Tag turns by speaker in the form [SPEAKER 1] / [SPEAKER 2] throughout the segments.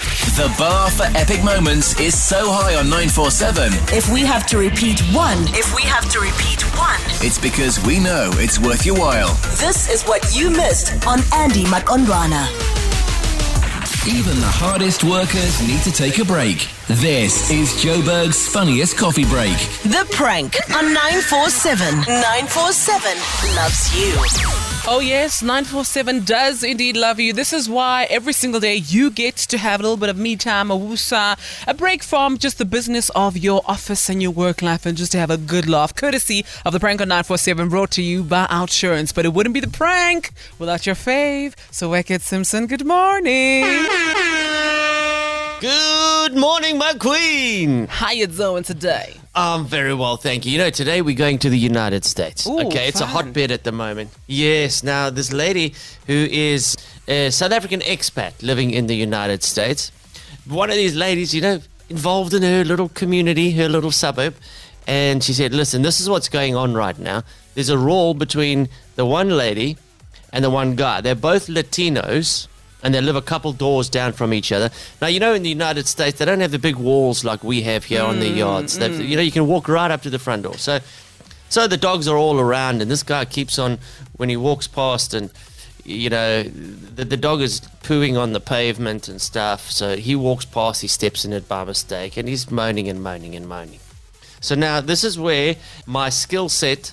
[SPEAKER 1] The bar for epic moments is so high on 947,
[SPEAKER 2] If we have to repeat one,
[SPEAKER 3] If we have to repeat one,
[SPEAKER 1] it's because we know it's worth your while.
[SPEAKER 2] this is what you missed on Andy Makondwana.
[SPEAKER 1] Even the hardest workers need to take a break. This is Joburg's funniest coffee break.
[SPEAKER 2] The prank on 947. 947 loves you.
[SPEAKER 4] Oh, yes, 947 does indeed love you. This is why every single day you get to have a little bit of me time, a woosa, a break from just the business of your office and your work life, and just to have a good laugh, courtesy of the prank on 947 brought to you by Outsurance. But it wouldn't be the prank without your fave. So, Wicked Simpson, good morning.
[SPEAKER 5] Good morning, my queen.
[SPEAKER 4] How you doing today?
[SPEAKER 5] I'm very well, thank you. You know, today we're going to the United States.
[SPEAKER 4] Ooh,
[SPEAKER 5] okay, it's a
[SPEAKER 4] fun.
[SPEAKER 5] hotbed at the moment. Yes, now this lady who is a South African expat living in the United States, one of these ladies, you know, involved in her little community, her little suburb, and she said, "Listen, this is what's going on right now. There's a roll between the one lady and the one guy. They're both Latinos and they live a couple doors down from each other. Now, you know, in the United States, they don't have the big walls like we have here on the yards. They've You know, you can walk right up to the front door. So, so the dogs are all around, and this guy keeps on when he walks past, and you know, the, the dog is pooing on the pavement and stuff. So he walks past, he steps in it by mistake, and he's moaning and moaning and moaning. So now this is where my skill set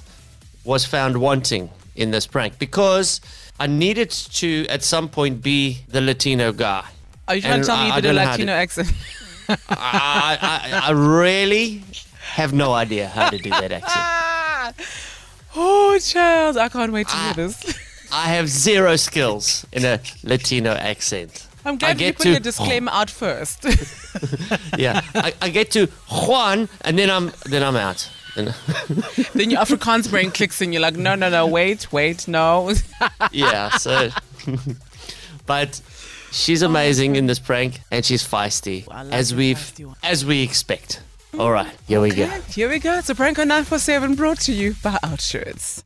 [SPEAKER 5] was found wanting in this prank because I needed to at some point be the Latino guy.
[SPEAKER 4] Are you trying
[SPEAKER 5] And
[SPEAKER 4] to tell me you
[SPEAKER 5] I- I
[SPEAKER 4] did a
[SPEAKER 5] don't know how
[SPEAKER 4] Latino
[SPEAKER 5] to-
[SPEAKER 4] accent?
[SPEAKER 5] I, I, I- I really have no idea how to do that accent.
[SPEAKER 4] oh, child, I can't wait to
[SPEAKER 5] Ah.
[SPEAKER 4] hear this.
[SPEAKER 5] I have zero skills in a Latino accent.
[SPEAKER 4] I'm
[SPEAKER 5] I
[SPEAKER 4] glad you
[SPEAKER 5] get
[SPEAKER 4] put
[SPEAKER 5] to- oh.
[SPEAKER 4] your disclaimer out first.
[SPEAKER 5] Yeah, I, I get to Juan and then I'm then I'm out. And-
[SPEAKER 4] then your Afrikaans brain clicks and you're like, no, no, no, wait, wait, no.
[SPEAKER 5] yeah, so. but she's amazing in this prank, and she's feisty,
[SPEAKER 4] I love
[SPEAKER 5] as
[SPEAKER 4] the
[SPEAKER 5] we
[SPEAKER 4] feisty one.
[SPEAKER 5] as we expect. All right, here we go.
[SPEAKER 4] Here we go. It's a prank on 947 brought to you by Outshirts.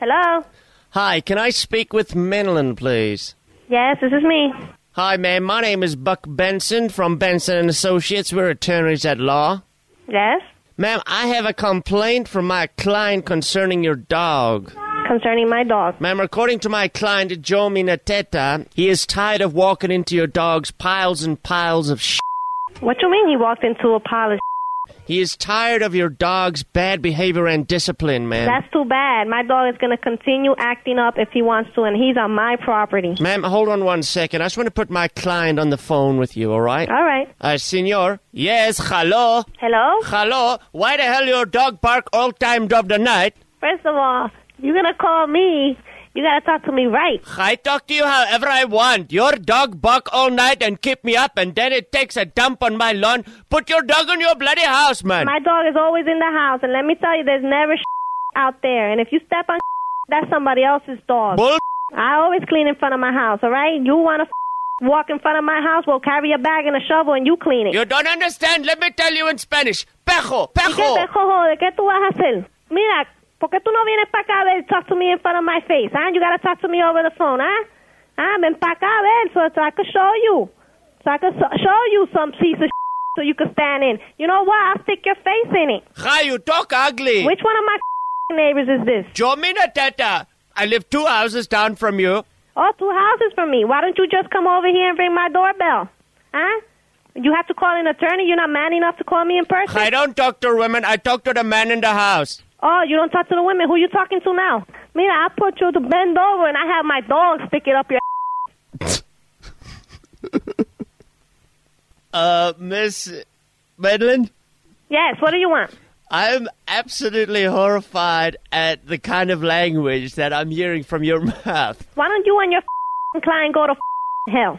[SPEAKER 6] Hello.
[SPEAKER 5] Hi, can I speak with Menelin, please?
[SPEAKER 6] Yes, this is me.
[SPEAKER 5] Hi, ma'am. My name is Buck Benson from Benson and Associates. We're attorneys at law.
[SPEAKER 6] Yes.
[SPEAKER 5] Ma'am, I have a complaint from my client concerning your dog.
[SPEAKER 6] Concerning my dog.
[SPEAKER 5] Ma'am, according to my client, Joe Minateta, he is tired of walking into your dog's piles and piles of sh.
[SPEAKER 6] What you mean he walked into a pile of
[SPEAKER 5] He is tired of your dog's bad behavior and discipline, ma'am.
[SPEAKER 6] That's too bad. My dog is going to continue acting up if he wants to, and he's on my property.
[SPEAKER 5] Ma'am, hold on one second. I just want to put my client on the phone with you, all right?
[SPEAKER 6] All right.
[SPEAKER 5] Uh, senor? Yes, hello?
[SPEAKER 6] Hello?
[SPEAKER 5] Hello? Why the hell your dog bark all time of the night?
[SPEAKER 6] First of all, you're going to call me. You got to talk to me right.
[SPEAKER 5] I talk to you however I want. Your dog bark all night and keep me up, and then it takes a dump on my lawn. Put your dog in your bloody house, man.
[SPEAKER 6] My dog is always in the house, and let me tell you, there's never out there. And if you step on that's somebody else's dog.
[SPEAKER 5] Bull.
[SPEAKER 6] I always clean in front of my house, all right? You want to walk in front of my house? Well, carry a bag and a shovel, and you clean it.
[SPEAKER 5] You don't understand. Let me tell you in Spanish. Pejo,
[SPEAKER 6] ¿Qué te
[SPEAKER 5] pejo.
[SPEAKER 6] cojo? ¿De qué tú vas a hacer? Mira, ¿por qué tú no vienes para acá a ver? Talk to me in front of my face, huh? You gotta talk to me over the phone, huh? Ah, ven para acá a ver so, so I can show you. So I can so- show you some piece of so you can stand in. You know what? I'll stick your face in it.
[SPEAKER 5] Hi, you talk ugly.
[SPEAKER 6] Which one of my neighbors is this?
[SPEAKER 5] Jomina Tata. I live two houses down from you.
[SPEAKER 6] Oh, two houses from me. Why don't you just come over here and ring my doorbell? Huh? You have to call an attorney? You're not man enough to call me in person?
[SPEAKER 5] I don't talk to women. I talk to the man in the house.
[SPEAKER 6] Oh, you don't talk to the women. Who you talking to now? Mira, I put you to bend over and I have my dog stick it up your
[SPEAKER 5] Uh, Miss Medlin,
[SPEAKER 6] Yes, what do you want?
[SPEAKER 5] I'm absolutely horrified at the kind of language that I'm hearing from your mouth.
[SPEAKER 6] Why don't you and your client go to hell?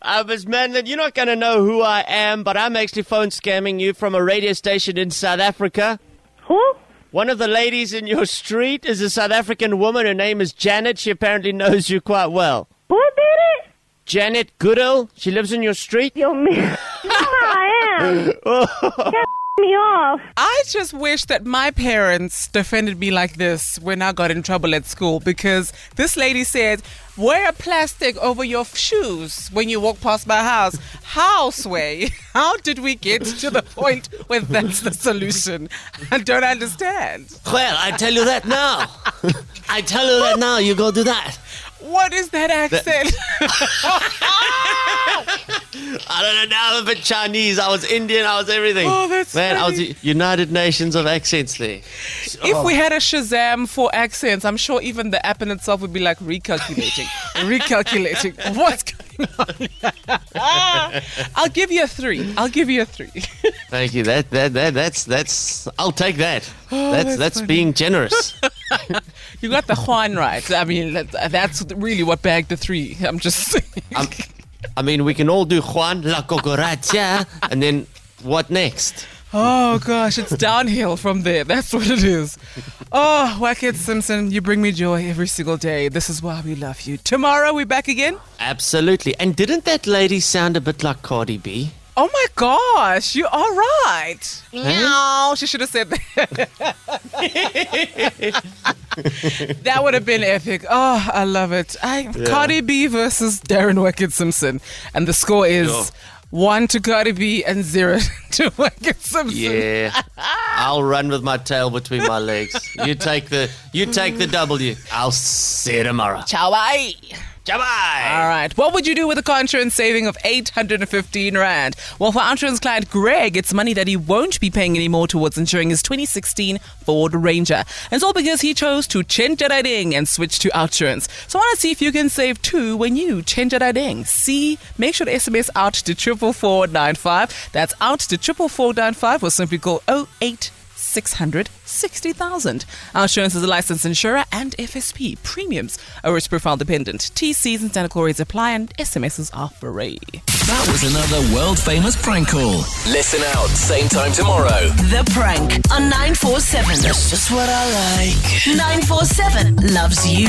[SPEAKER 5] Uh, Miss Medlin, you're not going to know who I am, but I'm actually phone scamming you from a radio station in South Africa.
[SPEAKER 6] Who?
[SPEAKER 5] One of the ladies in your street is a South African woman. Her name is Janet. She apparently knows you quite well.
[SPEAKER 6] Who did it?
[SPEAKER 5] Janet Goodall, she lives in your street.
[SPEAKER 6] Yo, me. you know how I am. Get me off.
[SPEAKER 4] I just wish that my parents defended me like this when I got in trouble at school because this lady said, wear a plastic over your f- shoes when you walk past my house. How, Sway? How did we get to the point where that's the solution? I don't understand.
[SPEAKER 5] Well, I tell you that now. I tell you that now. You go do that.
[SPEAKER 4] What is that accent?
[SPEAKER 5] I don't know now if it's Chinese. I was Indian. I was everything.
[SPEAKER 4] Oh, that's
[SPEAKER 5] man. I was
[SPEAKER 4] funny.
[SPEAKER 5] U- United Nations of accents there.
[SPEAKER 4] if we had a Shazam for accents, I'm sure even the app in itself would be like recalculating, recalculating. What's going on? I'll give you a three. I'll give you a three.
[SPEAKER 5] Thank you. That that that that's that's. I'll take that. that's
[SPEAKER 4] Oh, that's
[SPEAKER 5] that's being generous.
[SPEAKER 4] You got the Juan right. I mean, that, that's really what bagged the three. I'm just saying.
[SPEAKER 5] I'm, Um, I mean, we can all do Juan la cucaracha, and then what next?
[SPEAKER 4] Oh gosh, it's downhill from there. That's what it is. Oh, Wackett Simpson, you bring me joy every single day. This is why we love you. Tomorrow we're back again.
[SPEAKER 5] Absolutely. And didn't that lady sound a bit like Cardi B?
[SPEAKER 4] Oh my gosh, you are right. No, she should have said that. that would have been epic. Oh, I love it. I, Cardi B versus Darren Wicked Simpson. And the score is
[SPEAKER 5] Yeah.
[SPEAKER 4] one to Cardi B and zero to Wicked Simpson.
[SPEAKER 5] Yeah. I'll run with my tail between my legs. You take the you take the W. I'll see you tomorrow.
[SPEAKER 4] Ciao, bye.
[SPEAKER 5] Goodbye.
[SPEAKER 4] All right. What would you do with a car insurance saving of 815 Rand? Well, for our insurance client Greg, it's money that he won't be paying anymore towards insuring his 2016 Ford Ranger. And it's all because he chose to change that ding and switch to Outsurance. So I want to see if you can save two when you change that ding. See, make sure to SMS out to 44495. That's out to 44495 or simply call 08. 660,000. Our insurance is a licensed insurer and FSP. Premiums are risk profile dependent. TCs and standard queries apply and SMSs are free.
[SPEAKER 1] That was another world famous prank call. Listen out, same time tomorrow.
[SPEAKER 2] The prank on 947. That's just what I like. 947 loves you.